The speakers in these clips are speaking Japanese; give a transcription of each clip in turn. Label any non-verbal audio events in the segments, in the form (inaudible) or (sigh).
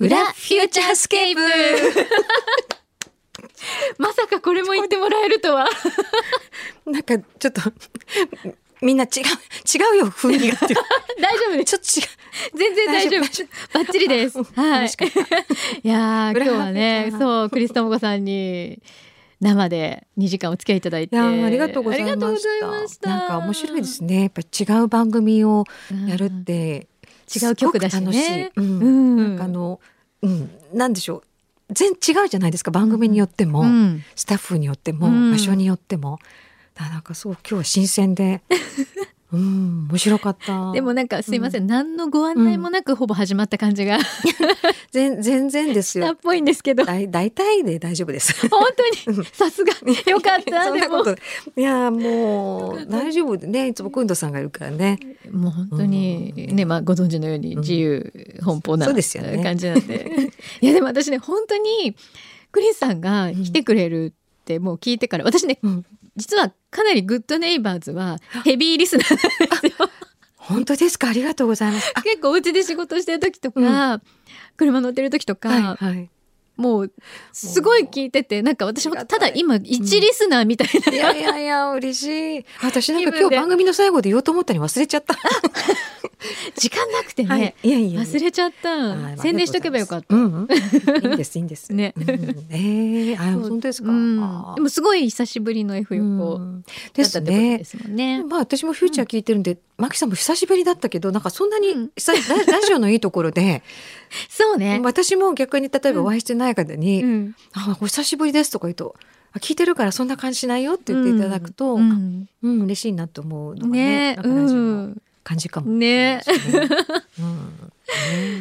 ーチャースケープまさかこれも言ってもらえると (laughs) は。なんかちょっと (laughs) みんな違う違うよ雰 (laughs) 囲気がって大丈夫です。ちょっと違う全然大丈夫大丈。バッチリ (laughs) です。はい。楽しかいやー今裏日がはね入ってたそうクリスタモコさんに生で2時間お付き合いいただいていやーありがとうございまありがとうごしざいたましたなんか面白いですねやっぱり違う番組をやるって、うん違う曲だしねすごく楽しい、うんうんなんかあの、うん、なんでしょう全然違うじゃないですか番組によっても、うんスタッフによっても、うん場所によってもだからなんかそう今日は新 (laughs) 鮮でうん面白かったでもなんかすいません、何のご案内もなくほぼ始まった感じが、全全然で (laughs) すだよっぽいんですけど本だい大体で大丈夫 (laughs) です当にさすがよかったそんでなもこといやもう大丈夫でねいつもくんどさんがいるからねもう本当にね、まあ、ご存知のように自由奔放なそうですよね感じなんで (laughs) いやでも私ね本当にクリスさんが来てくれるってもう聞いてから私ね、うん実はかなりグッドネイバーズはヘビーリスナ (laughs) ーなんですよ。本当ですかありがとうございますあ結構お家で仕事してる時とか、車乗ってる時とか、はいはいもうすごい聞いててなんか私ほんとただ今一リスナーみたいいな、やいやいや嬉しい私なん気分かで今日番組の最後で言おうと思ったのに忘れ (laughs) ちゃった時間なくてね、はいいやいや忘れちゃっはいた宣伝しとけばよかった。うんうんいいんですいいんですねうんええあそう本当ですかうん、でもすごい久しぶりの F う横、んだでったすってことねですもんね。まあ私もフューチャー聞いてるんで、マキさんも久しぶりだったけどなんかそんなうんに久し、ララジオのいいところでそうね。私も逆に例えばお会いしてない方に「うん、あお久しぶりです」とか言うと「あ聞いてるからそんな感じしないよ」って言っていただくと、ううんんうん嬉しいなと思うのがねねなうんかラジオのん、感じかもしれねないで。すね。 (laughs) うん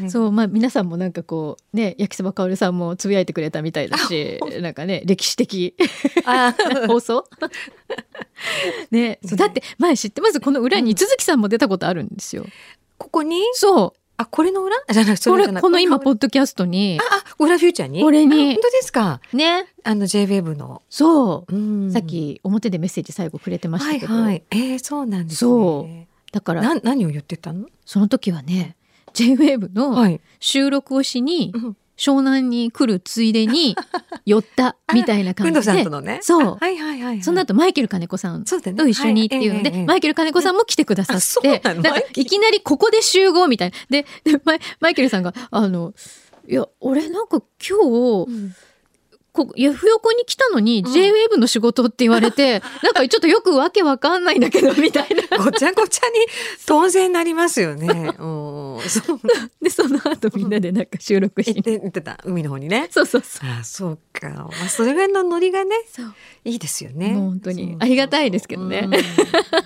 ねそうまあ皆さんもなんかこうね焼きそばかおるさんもつぶやいてくれたみたいだしなんかね歴史的 (laughs) あ放送 (laughs) ねそうだって前知ってますこの裏に都築さんも出たことあるんですよ。 (laughs) ここにそあこれの裏あ (laughs) じゃなくうこそれれじゃなくこの今ポッドキャストにあ裏フューチャーにこれ本に当ですかねあの JWAVE の、そうう、んさっき表でメッセージ最後くれてましはたいけど、はいえー、そうなんですねそだからな何を言ってたのその時はね JWAVE のはい、収録をしに、うん、湘南に来るついで (laughs) に寄ったみたいなく感んじどさんでとのねそうあはいはいはい、はい、その後マイケル金子さんそうだねと一緒にっていうので、はいええええマイケル金子さんも来てくださあっそてうなのなんかいきなりここで集合みたいなででマイマイケルさんが「あのいや俺なんか今日うんこ F 横に来たのにうん JWAVE の仕事って言われ (laughs) て、なんかちょっとよくわけわかんないんだけどみたいなごちゃごちゃに当然なります (laughs) よね。うんそうでその後みんなでなんか収録し言にっ。て言ってた海の方にね。そうそうそうあそうか、まあ、それぐらいのノリがねそういいですよね。もう本当にありがたいですけどね。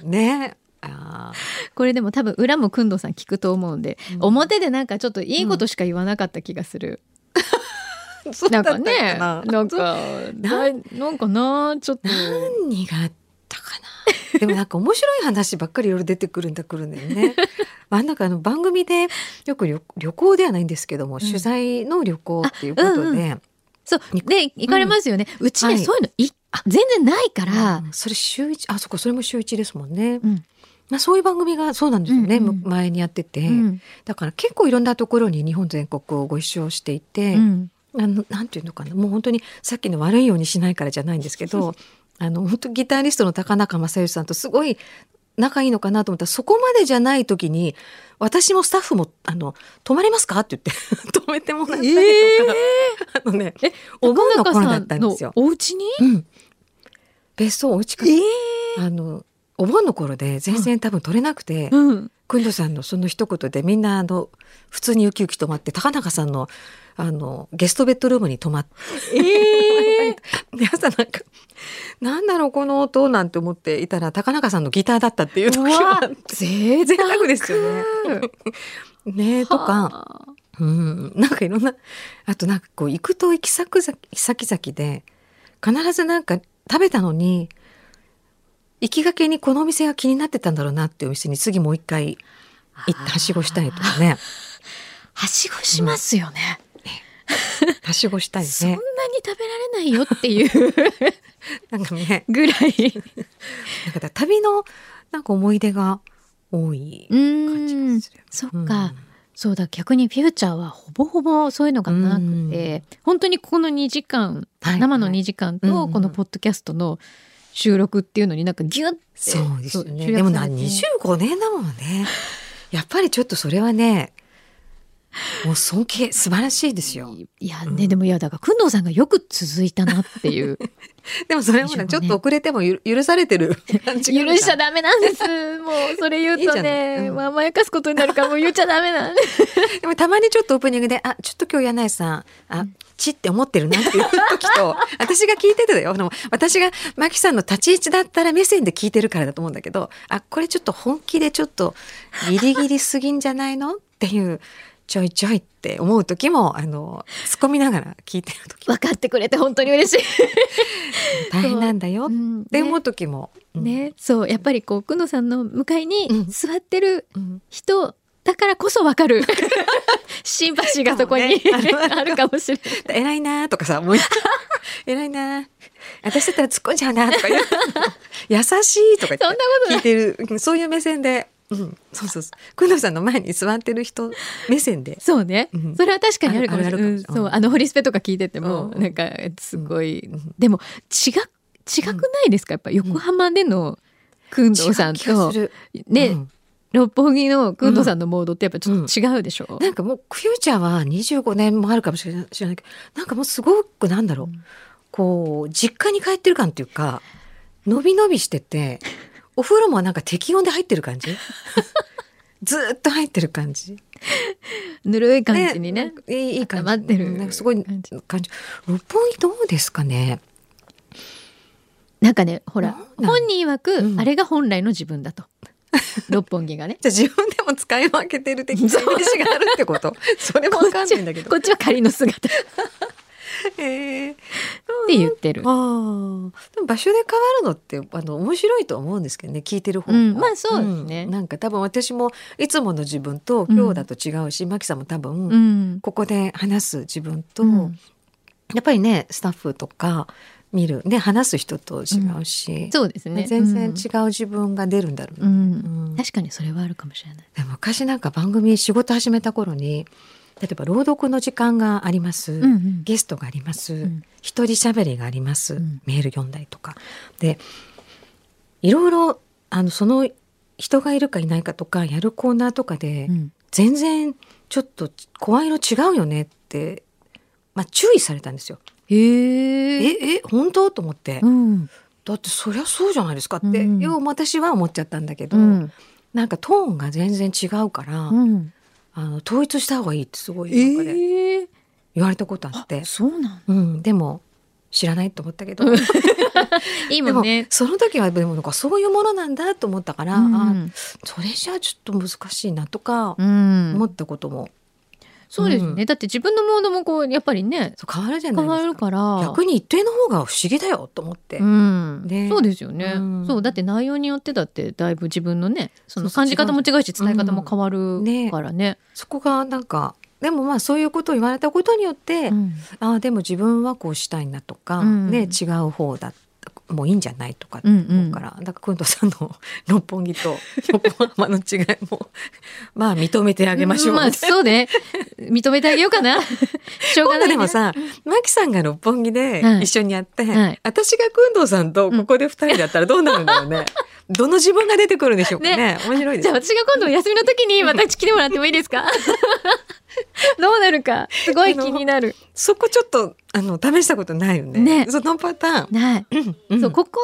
うんねあこれでも多分裏もくんどうさん聞くと思うんで、うん表でなんかちょっといいことしか言わなかった気がする、ーそうだなっんたかかねななん (laughs) そうかななんかなちょっ (laughs) と何があったかな。でもなんか面白い話ばっかりいろいろ出てくるんだくるんだよ (laughs) ね。まあなんかあの番組でよく旅旅行ではないんですけども、ん取材の旅行っていうことで、うんそうで行かれますよね、うちね、はいそういうのい全然ないから、うんそれ週一あそっかそれも週一ですもんね、うんまあ、そういう番組がそうなんですよね、うんうんむ前にやってて、うんだから結構いろんなところに日本全国をご一緒していて、うんあのなんていうのかなもう本当にさっきの悪いようにしないからじゃないんですけどあの本当ギタリストの高中正義さんとすごい仲いいのかなと思ったらそこまでじゃない時に私もスタッフも「あの泊まりますか?」って (laughs) 言って泊めてもらったりとか、あのねえお盆の中頃ださっんたんですよの。お家にうん、別荘お家かええあのお盆の頃で全然多分取れなくて、うんくんどさんのその一言でみんなあの普通にウキウキ泊まって高中さんのあのゲストベッドルームに泊まって (laughs) ええで朝なんか「なんだろうこの音」なんて思っていたら高中さんのギターだったっていう時うはわ贅 (laughs) 贅沢ですよね。ねえとか、はあうん、 (laughs) なんかいろんなあとなんかこう行くと行き先々先々で必ずなんか食べたのに行きがけにこのお店が気になってたんだろうなっていうお店に次もう一回行ってはしごしたいとか (laughs) ね。はしごしますよね、はしごしたいそんなねに。食べられないよっていうなんかね、ぐら (laughs) いなんかだ旅のなんか思い出が多い感じがうんする。そっか、うんそうだ逆にフューチャーはほぼほぼそういうのがなくて本当にこの2時間はい生の2時間うんうとんこのポッドキャストの収録っていうのになんかギュッてそうですよね。集約でもさな、れて25年だもんね。やっぱりちょっとそれはね、もう尊敬、素晴らしいですよ。いやうんね、でもいやだから工藤さんがよく続いたなっていう (laughs) でもそれもね、 25ちょっと遅れてもゆ許されてる感じ許があるしちゃダメなんですもうそれ言ういいとじゃなねいうんまあ甘やかすことになるからもう言っちゃダメなん (laughs) ででもたまにちょっとオープニングで、あ、ちょっと今日柳井さん、あ、ちって思ってるなっていう時 (laughs) と、私が聞いててだよ。あの私がマキさんの立ち位置だったら目線で聞いてるからだと思うんだけど、あ、これちょっと本気でちょっとギリギリすぎんじゃないのっていう、ちょいちょいって思う時も、あの、突っ込みながら聞いてる時分かってくれて本当に嬉しい。大変なんだよっうんてね思う時も。うん、ね、そうやっぱりこう久野さんの向かいにうん座ってるうん人だからこそわかるシンパシーがそこに、かもねあのあるかもしれない。偉いなーと (laughs) かさ、もう、偉いなー私だったら突っ込んじゃうなーと (laughs) か言う。優しいとか言って。そんなことな聞いい。てるうんそういう目線で、うん、そうそうそう工藤さんの前に座ってる人目線でそうね、うんそれは確かにあるかもしれあるないあるあるかうんもしれないそううんあのホリスペとか聞いてても、うんなんかすごい、んでも違違くないですかやっぱ横浜での工藤さん違う気がとす、るね、うん六本木の工藤さんのモードってやっぱちょっと違うでしょ、なんかもうフューチャーは25年もあるかもしれない知らないけどなんかもうすごくなんだろう、うんこう実家に帰ってる感っていうかのびのびしててお風呂もなんか適温で入ってる (laughs) 感じずーっと入ってる感じぬるい感じにねなんかいいいい感じ温まってるうんなんかすごい感じ感じ六本木どうですかねなんかねほらなん本人曰く、うんあれが本来の自分 (laughs) だと六本木がねじゃあ自分でも使い分けてる的なイメージがあるってことそれもこわっかんちないんだけどこ。っちは仮の姿ってえー言ってるあ。ーでも場所で変わるのってあの面白いと思うんですけどね聞いてる方も、うんまあそうですねんなんか多分私もいつもの自分と今日だと違うし、マキさんも多分、うん、ここで話す自分と、うんやっぱりねスタッフとか見るね話す人と違うし、そうですね。全然違う自分が出るんだろううな、ん。うんうん確かにそれはあるかもしれない。でも昔なんか番組仕事始めた頃に例えば朗読の時間があります、うんうんゲストがあります、ん一人喋りがあります、うんメール読んだりとかでいろいろあのその人がいるかいないかとかやるコーナーとかで、うん全然ちょっと声色違うよねって、まあ、注意されたんですよ。へえ。ええ本当と思って、うん。だってそりゃそうじゃないですかって、うんよう私は思っちゃったんだけど、うん。なんかトーンが全然違うから。うん。あの統一した方がいいってすごいなんかねええ。言われたことあって、そうなの。うん、でも知らないと思ったけど、いいでももんね。その時はでもなんかそういうものなんだと思ったから、あん。それじゃあちょっと難しいなとかうん思ったことも、そうですうね。だって自分のモードもこうやっぱりねそう変わるじゃない変ですわかるから。逆に一定の方が不思議だよと思って、うんねそうですよね、うんそうだって内容によってだってだいぶ自分のねそのそうそ感うじ方も違うし伝え方も変わうんるねからね。そこがなんかでもまあそういうことを言われたことによって、うんああでも自分はこうしたいなとか、うんね違う方だもういいんじゃないとかうんう思うんから、だからくんとさんの (laughs) 六本 (laughs) 木と横浜の違いも (laughs) まあ認めてあげましょう。まあそうね認めてあげようか (laughs) なしょうがない、今度ね、でもさ、マキさんが六本木ではい一緒にやって、はい私がくんどうさんとここで二人だったらどうなるんだろうね。どの自分が出てくるんでしょうかね。ね面白いでじすゃあね。私が今度お休みの時にまた来てもらってもいい (laughs) ですかどうなるかすごい気になる。そこちょっとあの試したことないよね。ねそのパターン。ない、うんそうここ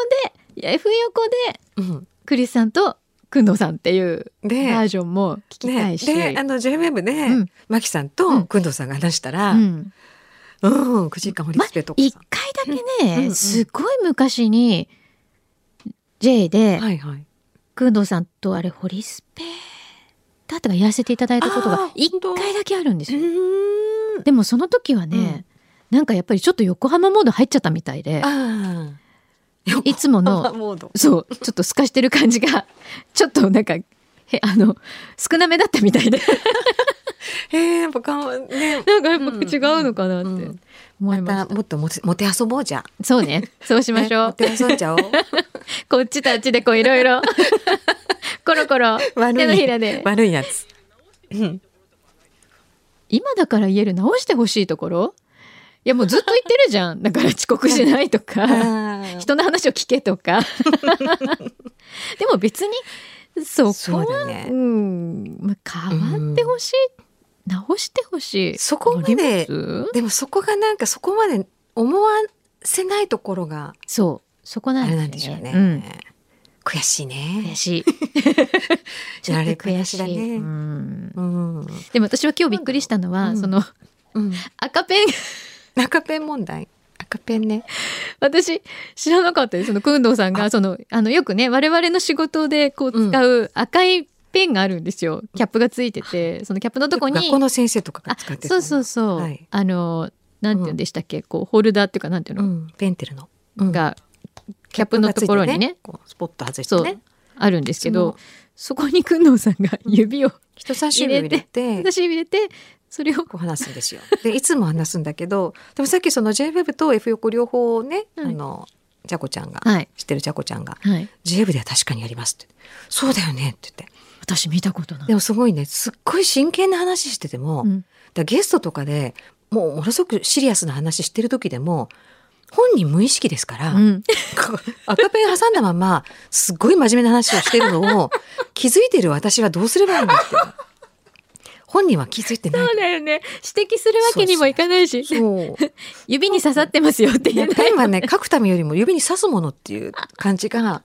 でいや F 横でうんクリスさんとくんどうさんっていうでバージョンも聞きたね、いし、であの JMM で、うんマキさんとくんどうさんが話したら、ううん、ん、うん、9時間ホリスペとか一さ、回だけうんうんね、うんすごい昔に J ではいはい。工藤さんとあれホリスペだったかやらせていただいたことあーが一本当回だけあるんですよ。うんでもその時はね、なんかやっぱりちょっと横浜モード入っちゃったみたいで、ああ。よいつもパパのモード。そうちょっと透かしてる感じが (laughs) ちょっとなんかへ (laughs) あの少なめだったみた (laughs) いで、ええやっぱかわね。なんかやっぱ違うのかなっうんうてん思いまましたた。もっともてもて遊ぼうじゃん。そうね、そうしましょう。ねもて遊 (laughs) んじゃおう。こっちとあっちでこういろい (laughs) ろコロコロ悪い手のひらで悪いやつ。うん今だから言える直してほしいところいやもうずっと言ってるじゃんだから遅刻しないとかあ人の話を聞けと (laughs) かでも別にそこはそうだねんまあ、変わってほしい、直してほしいそこまでありますでもそこがなんかそこまで思わせないところがそうそこなあんでれすなんでしょうね。うん悔しいね悔。しい (laughs) (laughs) ちょっと悔しい慣れっぱなしだねうんうん。でも私は今日びっくりしたのは、うんそのうん。赤ペン赤ペン問題。赤ペンね。 (laughs) 私知らなかったですその工藤さんがそのあのよくね我々の仕事でこううん使う赤いペンがあるんですよ、キャップがついててそのキャップのとこに学校の先生とかが使ってたそのうそうそう、はいあのなんていうんでしたっけ、こうホルダーっていうかなんていううの、ん。ペンテルの。うんがキャップのところにね。こうスポット外してそう、ね。あるんですけどそこに工藤さんが指を人差し指を入れて私指入れてそれをこう話すんですよ。でいつも話すんだけどでもさっきその JWEB と F 横両方をね、うんあのジャコちゃんが、はい知ってるジャコちゃんがはい JWEB では確かにやりますってそうだよねって言って私見たことないでもすごいねすっごい真剣な話してても、うんだからゲストとかでもうものすごくシリアスな話してる時でも本人無意識ですから、うんこう (laughs) 赤ペン挟んだまま、すっごい真面目な話をしてるのを、気づいてる私はどうすればいいんだって。本人は気づいてないそ。うだよね指摘するわけにもいかないしそう。指に刺さってますよって言えないペンはね、書くためよりも指に刺すものっていう感じが、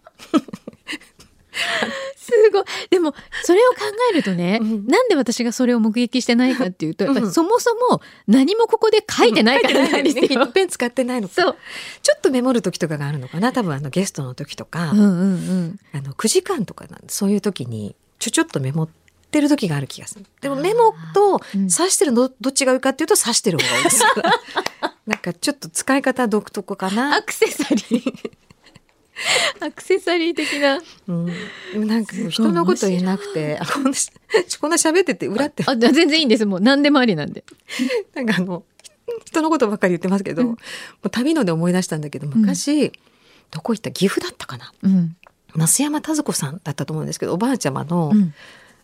すごいでもそれを考えるとね、うんなんで私がそれを目撃してないかっていうとやっぱうりんそもそも何もここで書いてないからなんですね、よ。ヒットペン使ってないのか。そう、ちょっとメモる時とかがあるのかな。多分あのゲストの時とか、うんうんうん、あの9時間とかなんそういう時にちょちょっとメモってる時がある気がする。でもメモとうん刺してるのどっちがいいかっていうと刺してる方が多 (laughs) いですから。なんかちょっと使い方独特かな。アクセサリー (laughs) アクセサリー的なうん、でもなんかもう人のこと言えなくてあこんなし (laughs) こんな喋ってて裏ってあ全然いいんですもう何でもありなんで。なんかあの人のことばっかり言ってますけど、うんもう旅ので思い出したんだけど昔、どこ行った岐阜だったかなうん増山和子さんだったと思うんですけどおばあちゃまの,、うん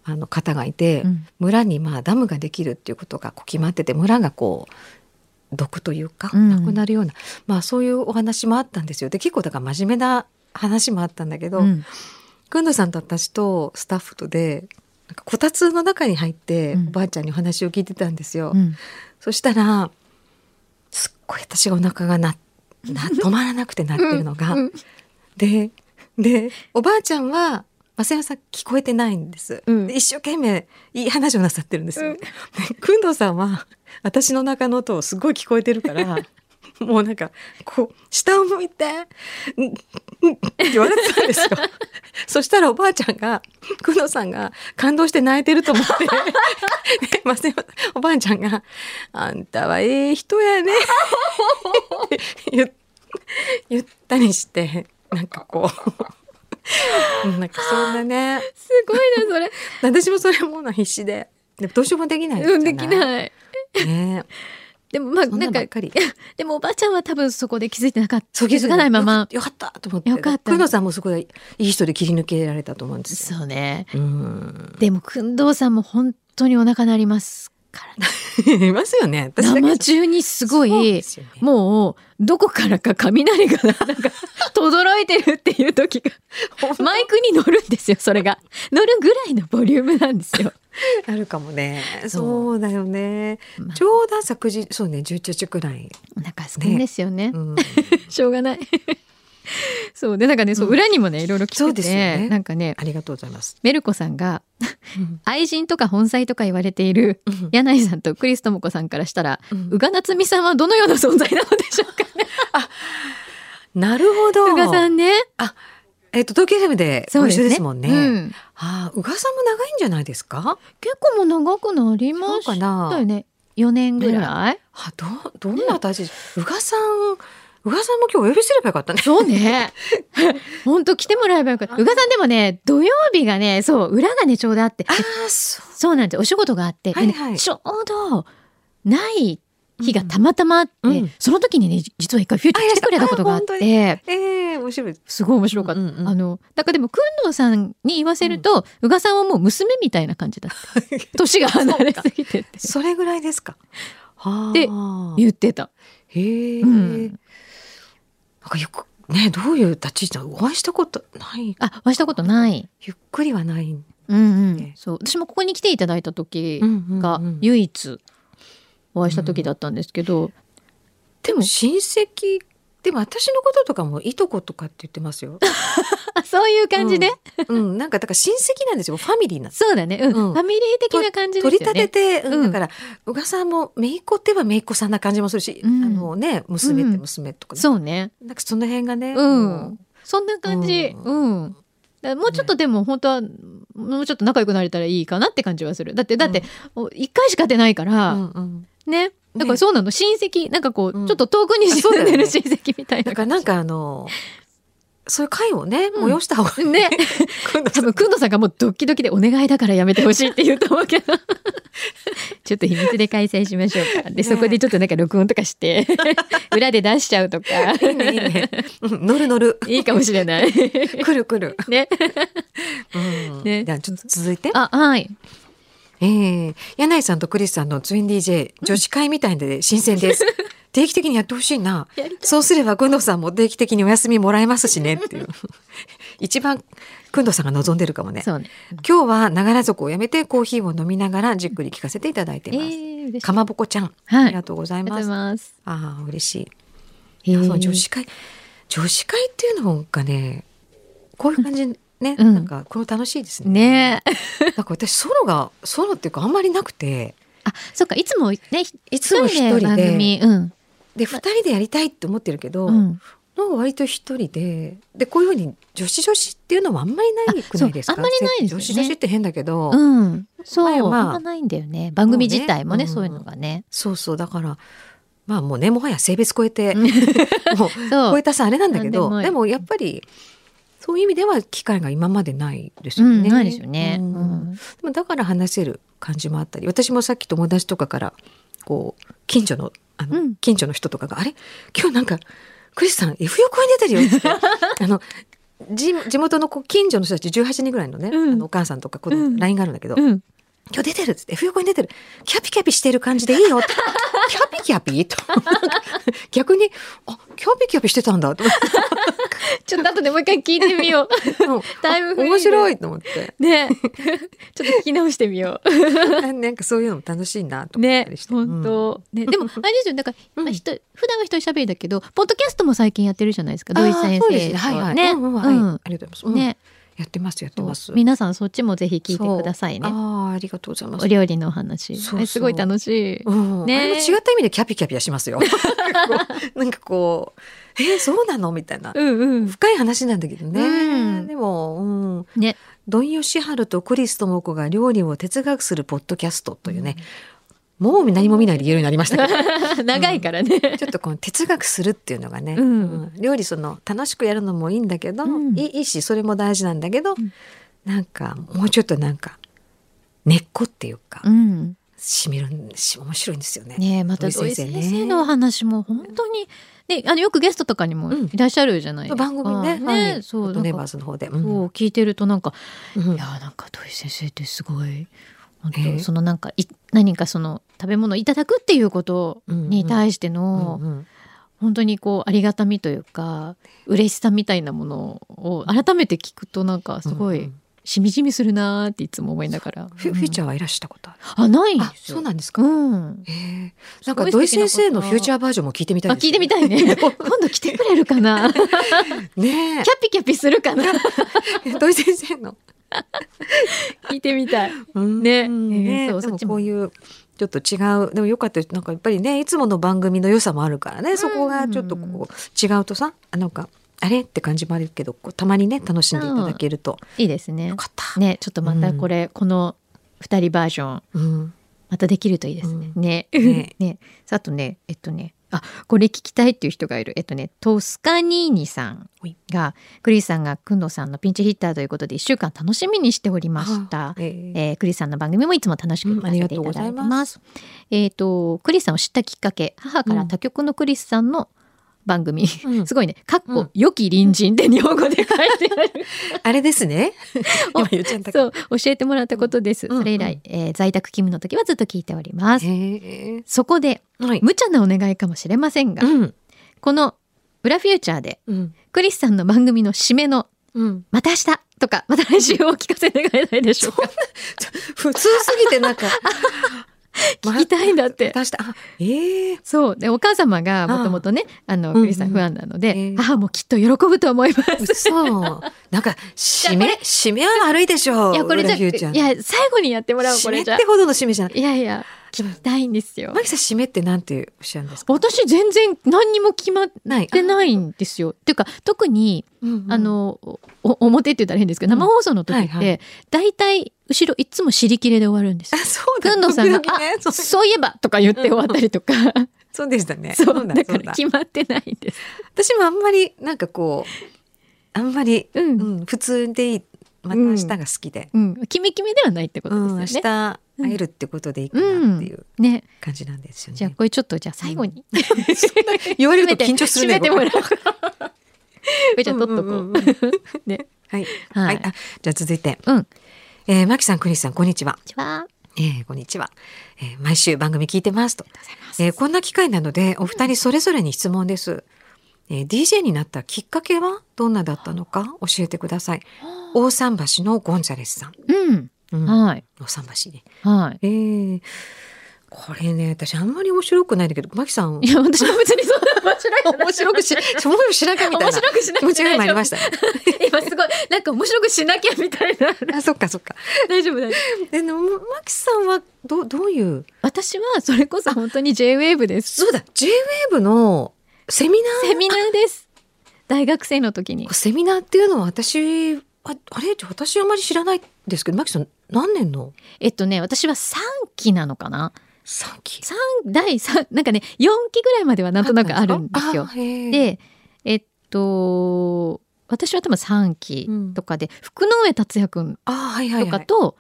あの方がいて、うん村にまあダムができるっていうことがこう決まってて村がこう毒というかうんなくなるような、まあ、そういうお話もあったんですよ。で結構だから真面目な話もあったんだけど、うんくんどさんと私とスタッフとでなんかこたつの中に入ってうんおばあちゃんにお話を聞いてたんですよ、うんそしたらすっごい私がお腹がなな止まらなくてなってるのが、うんででおばあちゃんは増山さん聞こえてないんです、うんで一生懸命いい話をなさってるんですよ、ねでくんどさんは私の中の音をすごい聞こえてるから (laughs) もうなんかこう下を向いて「うんうん」って言われてた (laughs) んですよそしたらおばあちゃんがくんどさんが感動して泣いてると思って (laughs) で増山おばあちゃんが「あんたはええ人 (laughs) やね」って言っ言ったりしてなんかこう (laughs) なんかそんなねすごいなそれ。私もそれもうの必死ででもどうしようもできないじゃうんできい、ない。ね、でもまあそんななんばっかかりでもおばあちゃんは多分そこで気づいてなかった。そう気づかないまま。よかったと思ってよかった久野さんもすごいいい人で切り抜けられたと思うんですよそうね。うん (laughs) でも、くんどうさんも本当にお腹なりますからね。いますよね私だけ生中にすごそうい (laughs) で、すよねもう、どこからか雷が、なん (laughs) か、とどろいてるっていう時が、マイクに乗るんですよ、それが。乗るぐらいのボリュームなんですよ。あるかもねそうそだよねまあちょうど朝9時そうね11時くらい、お腹すくんですよねう。 (laughs) ん、しょうがない。 (laughs) そうでなんかね、そう裏にもねいろいろ来そうてですよて、ねなんかねありがとうございます、メルコさんがうん愛人とか本妻とか言われているうん柳井さんとクリス智子さんからしたら、うん宇賀なつみさんはどのような存在なのでしょうかね。なるほど宇賀さんね。えっと東京 FM でそごうで一す緒ね。ですもんねうんああ宇賀さんも長いんじゃないですか結構もう長くなりましたそうかなよね。四年ぐらい。あどうどんな立ち宇賀さん宇賀さんも今日お呼びすればよかったねそうね。 (laughs) 本当来てもらえばよかった。宇賀さんでもね、土曜日がね、そう裏がねちょうどあってあ、あそうそうなんですよ。お仕事があって、はいはいでねちょうどない日がたまたまあって、うんうんその時にね、実は一回フューチャー来てくれたことがあっ、あいらしてええー、面白い。すごい面白かった。うんうんうんあの、だからでも、くんどうさんに言わせると、宇賀さんはもう娘みたいな感じだった。 (laughs) 年が離れすぎてってそれぐらいですか。はあで言ってた。へえ、うんなんかよくねどういう立ち位置なのお会いしたことないあ、はしたことない。ゆっくりはない。うんうんうねん。そう。私もここに来ていただいた時うんうんが唯一お会いした時だったんですけど、でも、親戚でも私のこととかもいとことかって言ってますよ。あ (laughs) そういう感じで、うん、なんかだから親戚なんですよ。ファミリーなんです。そうだね、うん。うんファミリー的な感じですよ取ね。り立てて、うんうんだから宇賀さんも姪っ子って言えば姪っ子さんな感じもするし、うんあのね娘って娘とか、ねそうね。なんかその辺がね、うん。そんな感じ。ううん。だからもうちょっとでも本当は、もうちょっと仲良くなれたらいいかなって感じはする。だって、だって、お一回しか出ないかうら、んうんね。だからそうなの、親戚、なんかこう、うんちょっと遠くにあそう住んだよでねる親戚みたいだなから感なんかあのそういう会をねうん催した方がじ。ね。今度多分、くんどさんがもうドッキドキでお願いだからやめてほしいって言うと思うけ (laughs) ど。ちょっと秘密で開催しましょうか。で、ねそこでちょっとなんか録音とか (laughs) して、裏で出しちゃうとか。いいねいいね。うん乗る乗る。いいかもしれない。来る来る。 (laughs) ね。うんねじゃあちょっと続いて。あ、はい。ええ柳井さんとクリスさんのツイン DJ 女子会みたいで新鮮 (laughs) です。定期的にやってほしいな。やりたいそうすればくんどうさんも定期的にお休みもらえま (laughs) すしねっていう。一番くんどうさんが望んでるかもね。そうね。今日はながら族をやめてコーヒーを飲みながらじっくり聞かせていただいてえます。ー、嬉しい。かまぼこちゃん、はいありがとうございありがとうごまざいす。ます。ああ嬉しい。へそーう女子会女子会っていうのがねこういう感じね、うんなんかこれ楽しいですね。ねえ。なんか私ソロがソロっていうかあんまりなくてあ、そっか、いつもね、いつも一人で番組、うん。で2人でやりたいって思ってるけど、うん。なんか割と一人ででこういうふうに女子女子っていうのもあんまりないくないですかあそうあんまりないですよね女子女子って変だけど、うん。そう、前はあんまないんだよね。番組自体もね、そそううねいうのがね。そうそうだからまあもうねもはや性別超えてう (laughs) もんうそ超うえ。たさあれなんだけなんでどもでもやっぱりそういう意味では機会が今までないですうよね。ん、ないですよね。ううんん。でもだから話せる感じもあったり私もさっき友達とかからこう近所のあの、うん近所の人とかが「あれ今日なんかクリスさん F 横に出てるよ」っ (laughs) てあの地地元のこう近所の人たち18人ぐらいのね、うんあのお母さんとか子供、うん LINE があるんだけど「うん。今日出てる」っつって「F 横に出てるキャピキャピしてる感じでいい (laughs) よ」って「キャピキャピ?」と (laughs) 逆に「あキャピキャピしてたんだ」と思ってちょっと後でもう一回聞いてみよう。 (laughs) うんだいぶ面白い。いと思って (laughs) ね。 (laughs) ちょっと聞き直してみよあなんかそういうのも楽しいなとう。思っねたりし。て。本当。ね。でも、あれですよ。だから、うんまあ人、普段は一人喋りだけど、ポッドキャストも最近やってるじゃないですか。土井先生あーと。そうですねはいはい。ね。うんうんはいうんありがとうございます。うんね。やってますやってます。皆さんそっちもぜひ聞いてくださいあね。あーありがとうございまおす。料理のお話。そうそうえすごい楽しい。うん、ねあれも違った意味でキャピキャピはしま (laughs) すよ。なんかこう、えー、そうなのみたいな。うんうん。深い話なんだけどね。うんでも、うん。ね。ドン・ヨシハルとクリス智子が料理を哲学するポッドキャストというね、もう何も見ないで言えるようになりましたけど、長いからね。 (laughs) ちょっとこの哲学するっていうのがね、うんうん料理その楽しくやるのもいいんだけど、うんいいいいしそれも大事なんだけど、んなんかもうちょっとなんか根っこっていうか、うん。しみるんし面白いんですよね。ねえまた土土井井先先生ね生のお話も本当に、ね、あの、よくゲストとかにもうんいらっしゃるじゃないですか。番組ね、はいそう、フォトなネんバーかズの方で、うそんう、聞いてるとなんか、うんいやーなんか土井先生ってすごい本当、ええそのなんかい何かその食べ物をいただくっていうことに対しての、うんうん本当にこうありがたみというか嬉しさみたいなものを改めて聞くとなんかすごうんういんしみじみするなーっていつも思いながら、フィフューチャーはいらしたことある。あないんあですよそうなんですか。うんへえなんかすご土い井素敵な先生の方フューチャーバージョンも聞いてみたあいで聞すいよてみたい (laughs) ね今度来てくれるかなキャねピキャピするか (laughs) なえ土井先生の聞いてみたいねね、ねうんそうでそもっちもこういうちょっと違うでもよかったですなんかやっぱりねいつもの番組の良さもあるからねそこがちょっとこう違うとさあなんかあれって感じもあるけどこうたまにね楽しんでいただけると、いいですねよかった、ねちょっとまたこれ、この二人バージョンうん、またできるといいですね。うね。ね (laughs) ねあとね、えっとね、あ、これ聞きたいっていう人がいる。えっとね、トスカニーニさんほいが、クリスさんがくんどさんのピンチヒッターということで、一週間楽しみにしておりました。えーえークリスさんの番組もいつも楽しく聞かせていただいてうんありがとうございま。ますえっ、と、クリスさんを知ったきっかけ、母から他局のクリスさんの番組、うんすごいね「かっうこん良き隣人」って日本語で書いてあるあれですね。 (laughs) 今言っちゃったけど。そう教えてもらったことです、うんそれ以来、えー在宅勤務の時はずっと聞いております、へえ。そこではい。無茶なお願いかもしれませんが、うん。この「裏フューチャー」でうん。クリスさんの番組の締めのうん。 「また明日」とか「 (laughs) また来週」をお聞かせ願えないでしょうか普通すぎてなんか (laughs) 聞きたいんだってま出したあええ (laughs) そうでお母様がもともとねあのうんうんクリスさん不安なので、ええ母もきっと喜ぶと思います。そうなんか締め締めは悪いでしょういやこれじゃ裏フューチャーいや最後にやってもらうこ締めれっじゃてほどの締めじゃないいやいや聞きたいんですよマ。キさん締めってなんておっしゃるんですか私全然何にも決まっないてないんですよ。っていうか特に、うんうんあのおお表って言ったら変ですけどうん生放送の時はいっはて大体後ろいつも尻切れで終わるんですあよ。そうだくんどうさんが時々ねあそうそういえばとか言って終わったりとか、 (laughs) そうでしたねそうだだそからうだ決まってないんです。私もあんまりなんかこうあんまり、う、うんん、普通でいいまた明日が好きで、うん、決め決めではないってこうとんです明日よね。会えるってことでいいかなっていうね、感じなんですよね、じゃあこれちょっとじゃあ最後に、言われると締めて緊張するね締めてもらおう。 (laughs) これじゃあ取っとこう。うんうんうんうんね、はいははいい、。あじゃあ続いて、うん、えー、マキさん、クリスさん、こんにちは。じゃあえー、こんにちは、えー。毎週番組聞いてますと。ありがとうございます。えー、こんな機会なので、お二人それぞれに質問です。えー、DJ になったきっかけはどんなだったのか教えてください。大桟橋のゴンザレスさん。うん、うん、大はい桟橋ね。はい。えー、これね、私あんまり面白くないんだけど、マキさんい、や私も別にそんな面白い話面白 (laughs) くし、面白くしなきゃみたい面な白くしなきゃ気持ちが今ありましたたね。今すごいなんか面白くしなきゃみたいなあ、そっかそっか。大丈夫大丈夫で、のマキさんはどうどういう私はそれこそ本当に J-WAVE ですそうだ J-WAVE のセミナーセミナーです大学生の時にセミナーっていうのは私ああれ私あまり知らないですけどマキさん何年のえっとね私は3期なのかな3期三第三なんかね4期ぐらいまではなんとなくあるんですよあ。へえでえっと私は多分3期とかで、福之上達也くんあはいはいとはかいと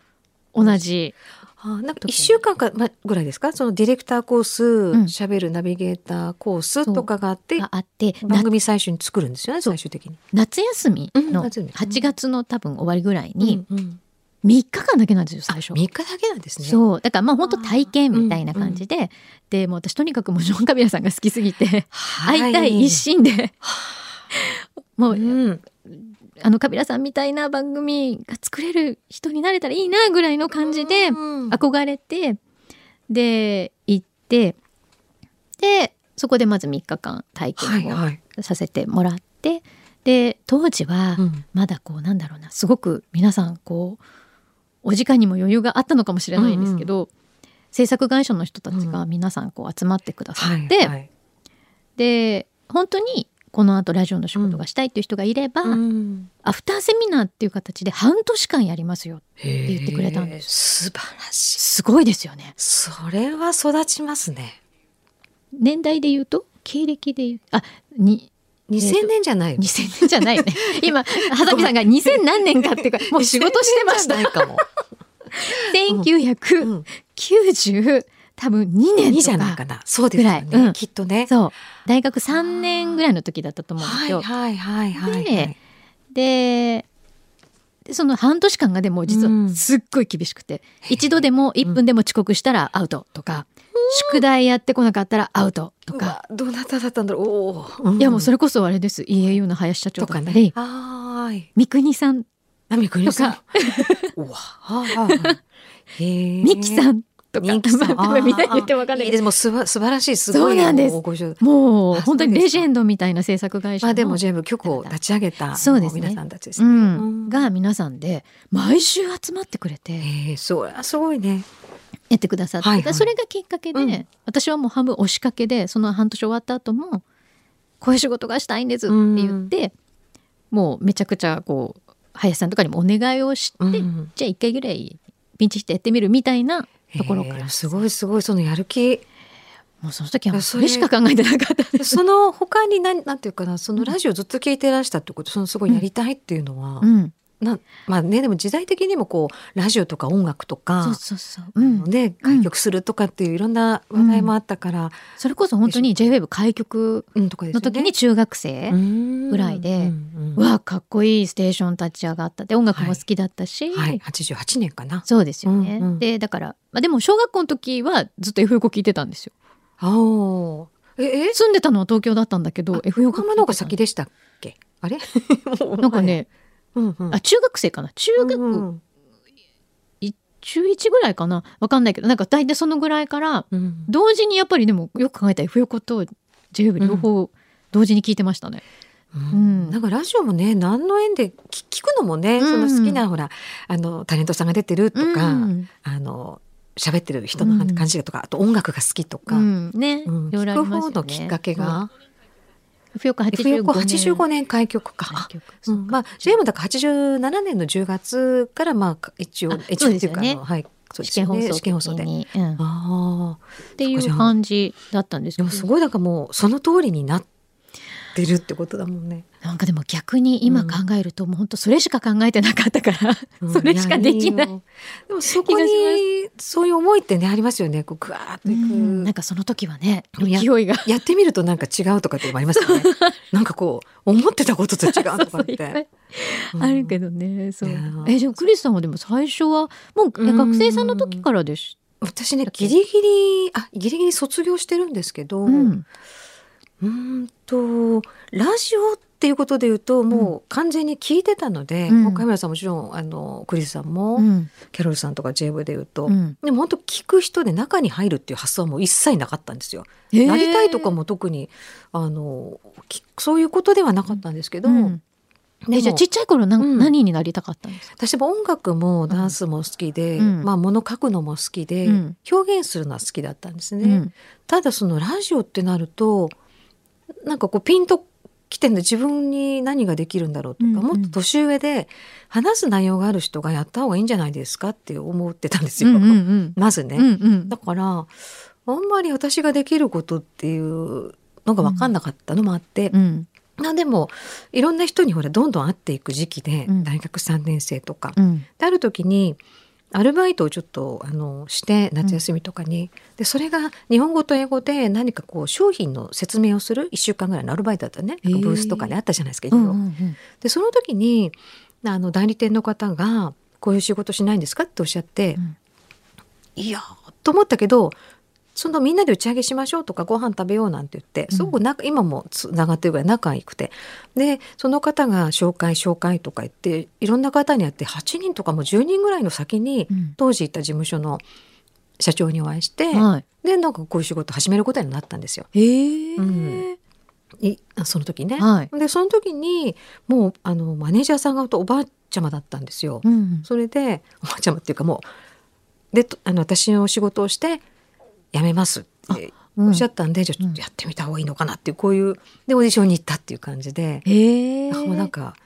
同じ、あなんか1週間か、ま、ぐらいですかそのディレクターコースん喋、るナビゲーターコースとかがあってがあって番な組最初に作るんですよね最終的に。夏休みのうん夏休み8月の多分終わりぐらいにうんうん3日間だけなんですよ最初。 3日だけなんですね。そうだからまあ本当体験みたいな感じで、でもう私とにかくもうジョン・カビラさんが好きすぎては会いたい一心 (laughs) で、もううんあのカビラさんみたいな番組が作れる人になれたらいいなぐらいの感じでうん憧れてで行ってでそこでまず3日間体はい験をはい。させてもらって、で当時はうんまだこうなんだろうなすごく皆さんこうお時間にも余裕があったのかもしれないんですけど、制作会社の人たちが皆さんこう集まってくださはいって、はいで本当にこのあとラジオの仕事がしたいっていう人がいれば、うんアフターセミナーっていう形で半年間やりますよって。言ってくれたんです素晴らしい。すごいですよねそれは育ちますね。年代で言うと経歴で言うあに2000年じゃない。 2000年じゃ (laughs) ないよね今はさみさんが2000何年かっていうかもう仕事してました2000年じゃないかも。 1990、うん多分2年2とじゃないかかな。そうですよぐらいうんね。きっとね。そう大学3年ぐらいの時だったと思うんですはいよ、はいはいはい。でででその半年間がでも実うはんすっごい厳しくて、一度でも1分でも遅刻したらアウトとか、宿題やってこなかったらアウトとうか、わどなただったんだろう。おお。んいやもうそれこそあれです EAU の林社長だとかったねり。、はーい。三國さん波国さんと。うわ。はいへえ。三木さんとか、人気さん。まあ (laughs) みんな言っても分かんないいいけでどす。もうすば素晴らしい。すごい。そうなんですもご承知もうあ本当にそうでレすかジェンドみたいな制作会社まのあでも全部局を立ち上げたそうですね皆さんたちですうね。ん、んが皆さんで毎週集まってくれてええ、そりゃすごいね。やってくださって、はいはいそれがきっかけで、うん私はもう半分押しかけでその半年終わった後も「こういう仕事がしたいんです」って言って、もうめちゃくちゃこう林さんとかにもお願いをして、うんじゃあ一回ぐらいピンチしてやってみるみたいなところから、えーすごいすごいそのやる気もうその時はもうそそれれしか考えてなかったです。その他に何なんていうかなそのラジオずっと聞いてらしたってことそのすごいやりたいっていうのはうん、なまあねでも時代的にもこうラジオとか音楽とそうかそうそう、うん、ね開局するとかっていういろんな話題もあったから、それこそ本当に J-WAVE 開局うん、とかですのよね時に中学生、ぐらいでうんうんわあかっこいいステーション立ち上がったで音楽も好きだったし、はい、88年かな。そうですよね。うんうんでだから、まあ、でも小学校の時はずっと F 横聞いてたんですよ。あお。え、え、住んでたのは東京だったんだけど F 横聞いてた横浜の方が先でしたっけあれも (laughs) うなんか、ね、うんうん、あ中学生かな中学、うん中1ぐらいかなわかんないけどなんか大体そのぐらいからうん同時にやっぱりでもよく考えたら F 横と JWAVE 両方同時に聞いてましたね。ううんんなんかラジオもね何の縁で聞聞くのもね、うんうんその好きなほらあのタレントさんが出てるとうか、んあの喋ってる人うのん感じとか、あと音楽が好きとか、うんね、うんいろいろあり聞くますよ方ねのきっかけが、うん F 横85 F 年横85年開局か。開局う、そうんかまあ JM だから87年の10月からまあ一応あ一そ応うっですていようか、ねあのはいそう試です験よ放ね送試験放送で。に、うんっああていう感じだったんですでけもどすごいだからもうその通りになってるってことだもんね。なんかでも逆に今うん考えると、もう本当それしか考えてなかったから、うんそれしかできないやよでもそこに気がそういう思いってねありますよね。こうグワーっとういく。んなんかその時はねでもや勢いがやってみるとなんか違うとかっていうのもありますよね。なんかこう思ってたことと違うとかっ (laughs) そうそういっぱてい。あるけどね、そういやーえじゃあクリスさんはでも最初はもうえうん学生さんの時からでし私ねギリギリあギリギリ卒業してるんですけど。た、うんうーんとラジオっていうことで言うともう完全に聞いてたので、うんもうカメラさんもちろんあのクリスさんも、うんキャロルさんとか JV で言うと、うんでも本当聞く人で中に入るっていう発想はもう一切なかったんですよ。えーなりたいとかも特にあのきそういうことではなかったんですけど、うんでえもじゃあちっちゃい頃なん、うん何になりたかったんですか、私も音楽もダンスも好きで、うんまあ物書くのも好きで、うん表現するのは好きだったんですね。うんただそのラジオってなるとなんかこうピンときてんで自分に何ができるんだろうとか、うんうんもっと年上で話す内容がある人がやった方がいいんじゃないですかって思ってたんですよ、うんうんまずね。うんうんだからあんまり私ができることっていうのが分かんなかったのもあって、うんまあでもいろんな人にほらどんどん会っていく時期で、うん大学3年生とか、うんである時にアルバイトをちょっとあのして夏休みとかに、でそれが日本語と英語で何かこう商品の説明をする1週間ぐらいのアルバイトだったね、へーブースとかであったじゃないですかいうんうろいんろうんでその時にあの代理店の方が「こういう仕事しないんですか?」っておっしゃって「うんいやー」と思ったけどそのみんなで打ち上げしましょうとかご飯食べようなんて言ってすごく仲今もつながってるぐらい仲良くてでその方が紹介紹介とか言っていろんな方に会って8人とかも10人ぐらいの先にうん当時いた事務所の社長にお会いして、はいでなんかこういう仕事始めることになったんですよえーうんいその時ね。はい、でその時にもうあのマネージャーさんがおばあちゃまだったんですよ。うんそれでおばあちゃまっていうかもうでとあの私の仕事をして辞めますってうんおっしゃったんで、じゃあちょっうんとやってみた方がいいのかなっていうこういうでオーディションに行ったっていう感じで、へえもうなんか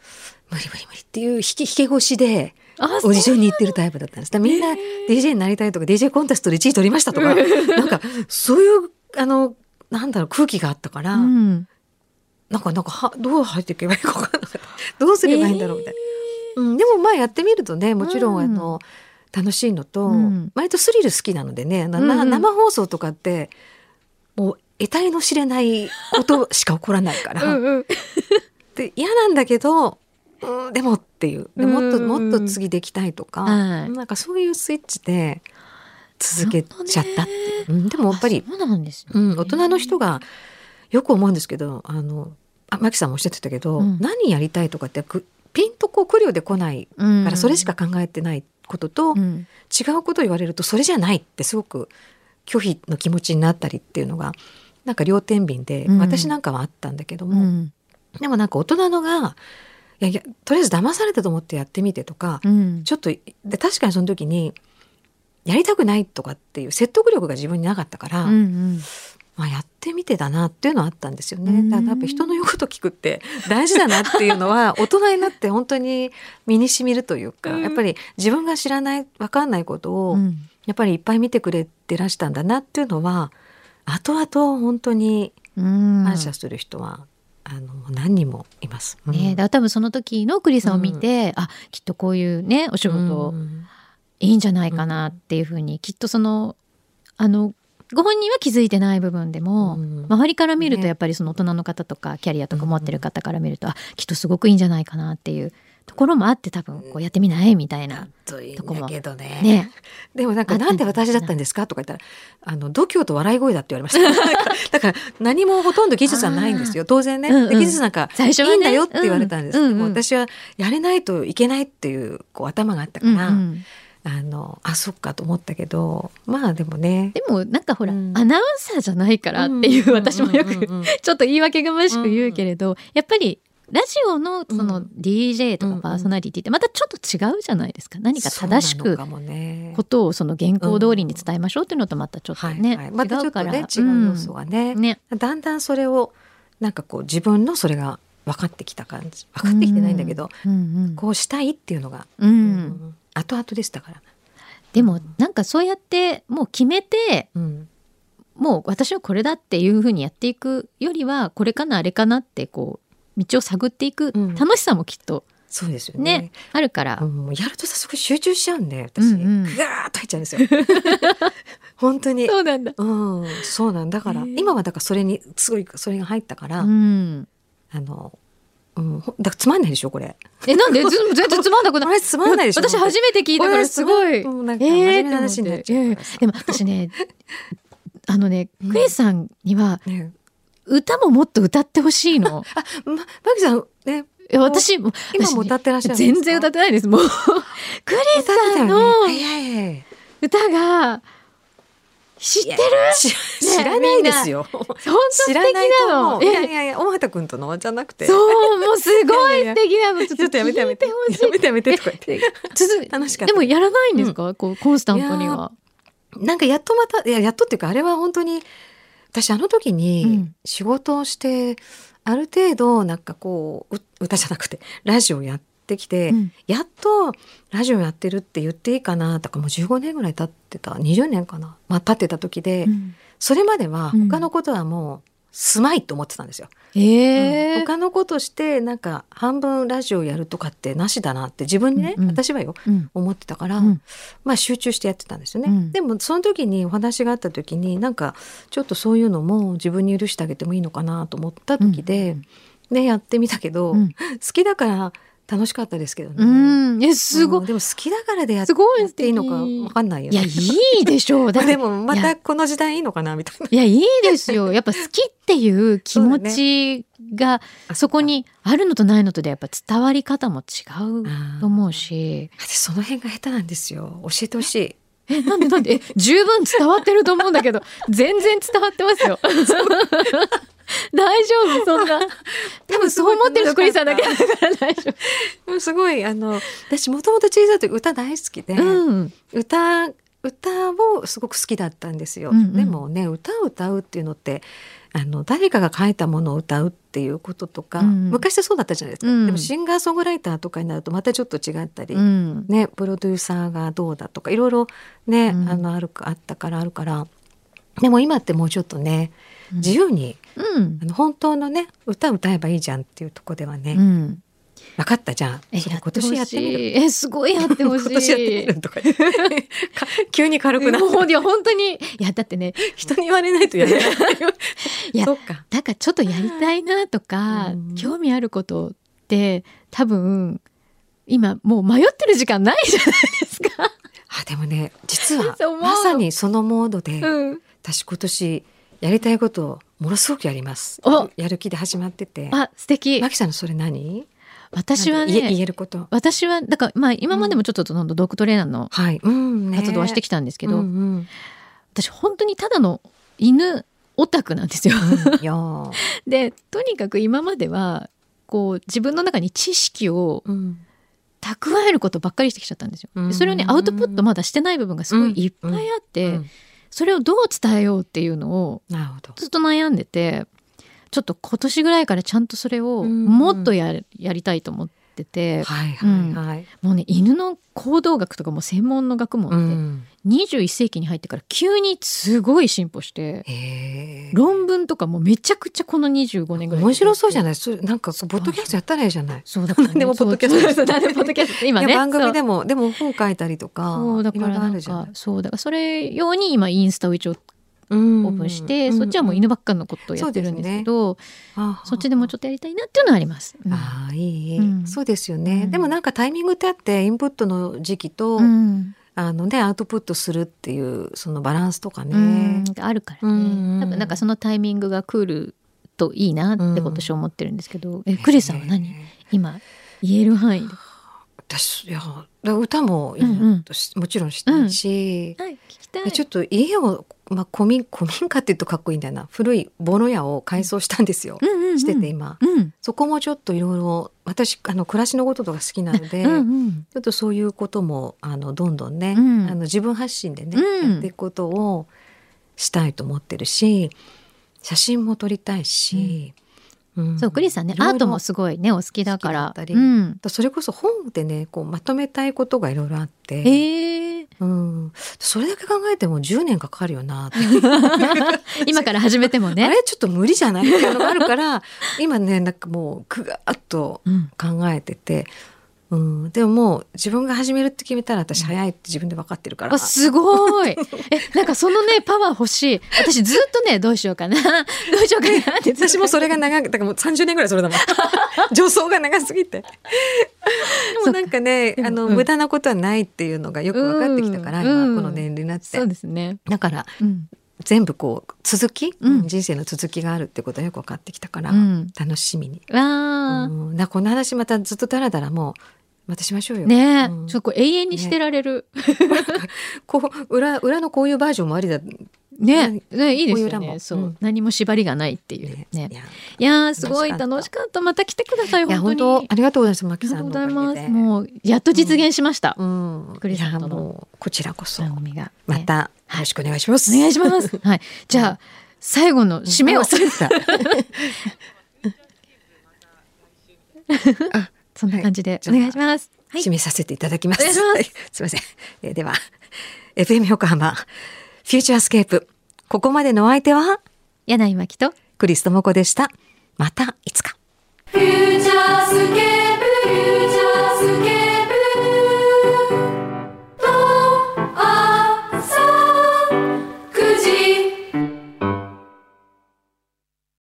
無理無理無理っていう引き引け越しであオーディションに行ってるタイプだったんです。だからみんな DJ になりたいとか DJ コンテストで1位取りました (laughs) とかなんかそういうあのなんだろう空気があったから、うん、なんかなんかはどう入っていけばいいか分かんなかったどうすればいいんだろうみたいな。うん、でもまあやってみるとねもちろんうんあの、楽しいのと、うん割とスリル好きなのでね、なうんうん生放送とかってもう得体の知れないことしか起こらないから、うんうんで嫌なんだけど、うん、でもっていうでもっと、うんうんうんもっと次できたいとか、はいなんかそういうスイッチで続けちゃったっていう、うんでもやっぱりあ、そうなんですねうん、大人の人がよく思うんですけどあのあマキさんもおっしゃってたけど、うん何やりたいとかってくピンとこう来るようで来ないうんからそれしか考えてないことと、うん違うことを言われるとそれじゃないってすごく拒否の気持ちになったりっていうのがなんか両天秤で、うん私なんかはあったんだけどうも、んでもなんか大人のがいやいやとりあえず騙されたと思ってやってみてとか、うんちょっとで確かにその時にやりたくないとかっていう説得力が自分になかったから、うんまあ、やってみてだなっていうのはあったんですようね。んだからやっぱ人の言うこと聞くって大事だなっていうのは (laughs) 大人になって本当に身にしみるというか、うんやっぱり自分が知らない分かんないことうをんやっぱりいっぱい見てくれてらしたんだなっていうのは後々本当にうん感謝する人は、あの何人もいます。うんね、だから多分その時のクリさんを見て、あきっとこういうねお仕事うんいいんじゃないかなっていうふうに、きっとそのあのご本人は気づいてない部分でも、うん周りから見るとねやっぱりその大人の方とかキャリアとか持ってる方から見ると、あきっとすごくいいんじゃないかなっていうところもあって多分こうやってみないみたいな。なんといいんだけどねね、でもなんあか「ったなんで私だったんですか?」とか言ったら「あの度胸と笑い声だ」って言われましたなんかだから何もほとんど技術はないんですよ当然ね、うんうんで技術なんか最初は、ね、いいんだよって言われたんです、うでうもうん私はやれないといけないっていうこう頭があったかうんら、うんあのあそっかと思ったけどまあでもねでもなんかほら、うんアナウンサーじゃないからっていう私もよく (laughs) うんうんうんうんちょっと言い訳がましく言うけれど、やっぱりラジオのそうのん DJ とうんかうんパーソナリティってまたちょっと違うじゃないですか何か正しそうなくのかもねことをその原稿通りに伝えましょうっていうのとまたちょっとはいね、はい、ま違たちょうっとからね違う要素がね,、うんねだんだんそれをなんかこう自分のそれが分かってきた感じ分かってきてないんだけど、うんうんこうしたいっていうのが、うんうん後々でしたから、でもなんかそうやってもう決めてうんもう私はこれだっていうふうにやっていくよりはこれかなあれかなってこう道を探っていくうん楽しさもきっとそうですよね,、ねあるから、うんもうやるとさすごい集中しちゃうんで私、うんうんぐわーっと入っちゃう (laughs) んですよ本当にそうなんだ。うん、そうなんだから、へえ今はだからそれにすごいそれが入ったから、うんあの、うん、ほだからつまんないでしょこれえなんでず全然つまんなくこないれ (laughs) つまんないでしょ私初めて聞いたからすごい。もうなんか真ええー面目な話になっちとゃ思うっていやいからさやでも私 (laughs) ねあのねうんクリスさんにはね歌ももっと歌ってほしい (laughs) の。ま、マギさんねいや私も今も歌私ってらっしゃるんですか全然歌ってないですもう (laughs) クリス歌ってたさよんねのいやいやいや歌が知ってる知ねえ知らないですよ本当素知敵らないとな思のういやいえやいや大畑君とのじゃなくてそうもうすごいいやいや素敵なのちちょっとやめてやめて聞いほしいやめてやめてとか言って続楽しかっでたもやらないんですかこうコンスタントにはなんかやっとまたいややっとっていうかあれは本当に私あの時うにん仕事をして、ある程度なんかこうう歌じゃなくてラジオやってきて、うんやっとラジオやってるって言っていいかなとかもう15年ぐらい経ってた20年かな、まあ、経ってた時で、うんそれまではうん他のことはもうすまいと思ってたんですよ。ええ他のことしてなんか半分ラジオやるとかってなしだなって自分にね、うんうん私はようん思ってたから、うんまあ集中してやってたんですよね、うんでもその時にお話があった時になんかちょっとそういうのも自分に許してあげてもいいのかなと思った時で、ねやってみたけど、うん好きだから楽しかったですけどね、うんえすごいうんでも好きだからでやっすごいやっていいの素敵かわかんないよいや、ねいいでしょう。だまっあでて、もまたこの時代いいのかなみたいないや、いいです (laughs) よ。やっぱ好きっていう気持ちが、そこ (laughs) にあるのとないのとで、やっぱ伝わり方も違うと思うし。私その辺が下手なんですよ教えてほしいえ、なんでなんで、え十分伝わってると思うんだけど、全然伝わってますよ。大丈夫、そんな。 (laughs) 多分そう思ってるの、クリスさんだけだから大丈うんすごいあの私もともと小さい時歌大好きで、夫。うん。歌歌をすごく好きだったんですよ、うんうんでもね歌を歌うっていうのってあの誰かが書いたものを歌うっていうこととか、うんうん昔はそうだったじゃないですか、うんでもシンガーソングライターとかになるとまたちょっと違ったり、うん。ね、プロデューサーがどうだとかいろいろね、うんあのあるかあったからあるからでも今ってもうちょっとね自由に、うんあ。の本当のね歌歌えばいいじゃんっていうとこではね、うん。分かったじゃんえ、それや今って年ほやってしみるい。え、すごいやってほしい。今年やってみるとか (laughs) 言ってか急に軽くなっもうてほんいや本当にいやだってね人に言われないとやれないっていういやそっかなんかちょっとやりたいなとか、うん興味あることって多分今もう迷ってる時間ないじゃないですか。あでもね実はそう思うまさにそのモードで、うん、私今年やりたいことをものすごくやりますおやる気で始まっててあ素敵マキさんのそれ何私はなんか言えね言えること私はだからまあ今までもちょっとそのドッグトレーナーのはい、うんね活動はしてきたんですけど、うんうん私本当にただの犬オタクなんですよ。いやーでとにかく今まではこう自分の中に知識を (laughs) うん蓄えることばっかりしてきちゃったんですよ。でそれをねうんアウトプットまだしてない部分がすごいいっぱいあって、うんそれをどう伝えようっていうのをなるほどずっと悩んでてちょっと今年ぐらいからちゃんとそれをうんもっとや,、やりたいと思っってて、はいはいはい。もうね犬の行動学とかも専門の学問で、うん。 21世紀に入ってから急にすごい進歩してへえ。論文とかもめちゃくちゃこの25年ぐらい面白そうじゃないない。それなんかこうポッドキャストやったらいいじゃない。そうだからね、何でもポッドキャストそうそう何でもポッドキャスト今 (laughs) いねや番組でももでも本書いたりとか、そうだかいろいらろあなるんじゃなかい。そうだからそれ用に今インスタを一応オオープンして、そっちはもう犬ばっかのことをやってるんですけどそっちでもちょっょっとやりたいなっていうのはあります。うんああいい、うんそうですよね、うんでもなんかタイミングってあってインプットの時期と、うんあのねアウトプットするっていうそのバランスとかうねん、があるからね、うん多分なんかそのタイミングが来るといいなって今年思ってるんですけど、えクリスさんは何ね今言える範囲で、私いやだから歌もいいうんうんしもちろんしたいし、はい、聞きたでちょっと家を、まあ、古民 (laughs) 古民家っていうとかっこいいんだよな古いボロ屋を改装したんですよ、うんうんうん、してて今。うんそこもちょっといろいろ私あの暮らしのこととか好きなので、うんうんちょっとそういうこともあのどんどんね、うんあの自分発信でね、うんやっていくことをしたいと思ってるし写真も撮りたいし、うんそうクリスさんねいろいアろートもすごいねお好きだか好きだらったりうん、それこそ本でねこうまとめたいことがいろいろあって、 (laughs) えー、うん、それだけ考えても10年かかるよなって、今から始めてもあね。れちょっと無理じゃないっていうのがあるから今ねなんかもうぐがっとうん、考えてて、うん、でももう自分が始めるって決めたら私早いって自分で分かってるから、あすごいえなんかそのねパワー欲しい私ずっとねどうしようかな (laughs) どうしようかなってずっと私もそれが (laughs) 長くだからもう30年ぐらいそれだもん助走が長すぎてでもなんかねそっかあの、うん無駄なことはないっていうのがよく分かってきたから、うんうん今この年齢になってそうですね、だからうん全部こう続き、うん人生の続きがあるってことはよく分かってきたから、うん、楽しみに、わあ、うん、だからこの話またずっとだらだらもうまたしましょうよ、ねえ、うんちょっとこう永遠にしてられるこう裏裏のこういうバージョンもありだねねねいいですこういう裏よねもそう、うん何も縛りがないっていうねねいやいやーすごい楽楽ししかったまた来てくださいいや本本当当にありがとうございますマありキがさとうんごのざいますおかげでもうやっと実現しました、うんクリスさんとのいやもうこちらこそ番組が、ねまたよろしくお願いします。お願いします。はい。じゃあ、最後の締め (laughs) を。あ忘れて (laughs) た。あそんな感じで、はいお願いします。はい。締めさせていただきます。お願いしますはすみません。えーでは、FM 横浜、フューチャースケープ。ここまでのお相手は、柳巻と。クリストモコでした。またいつか。フューチャースケ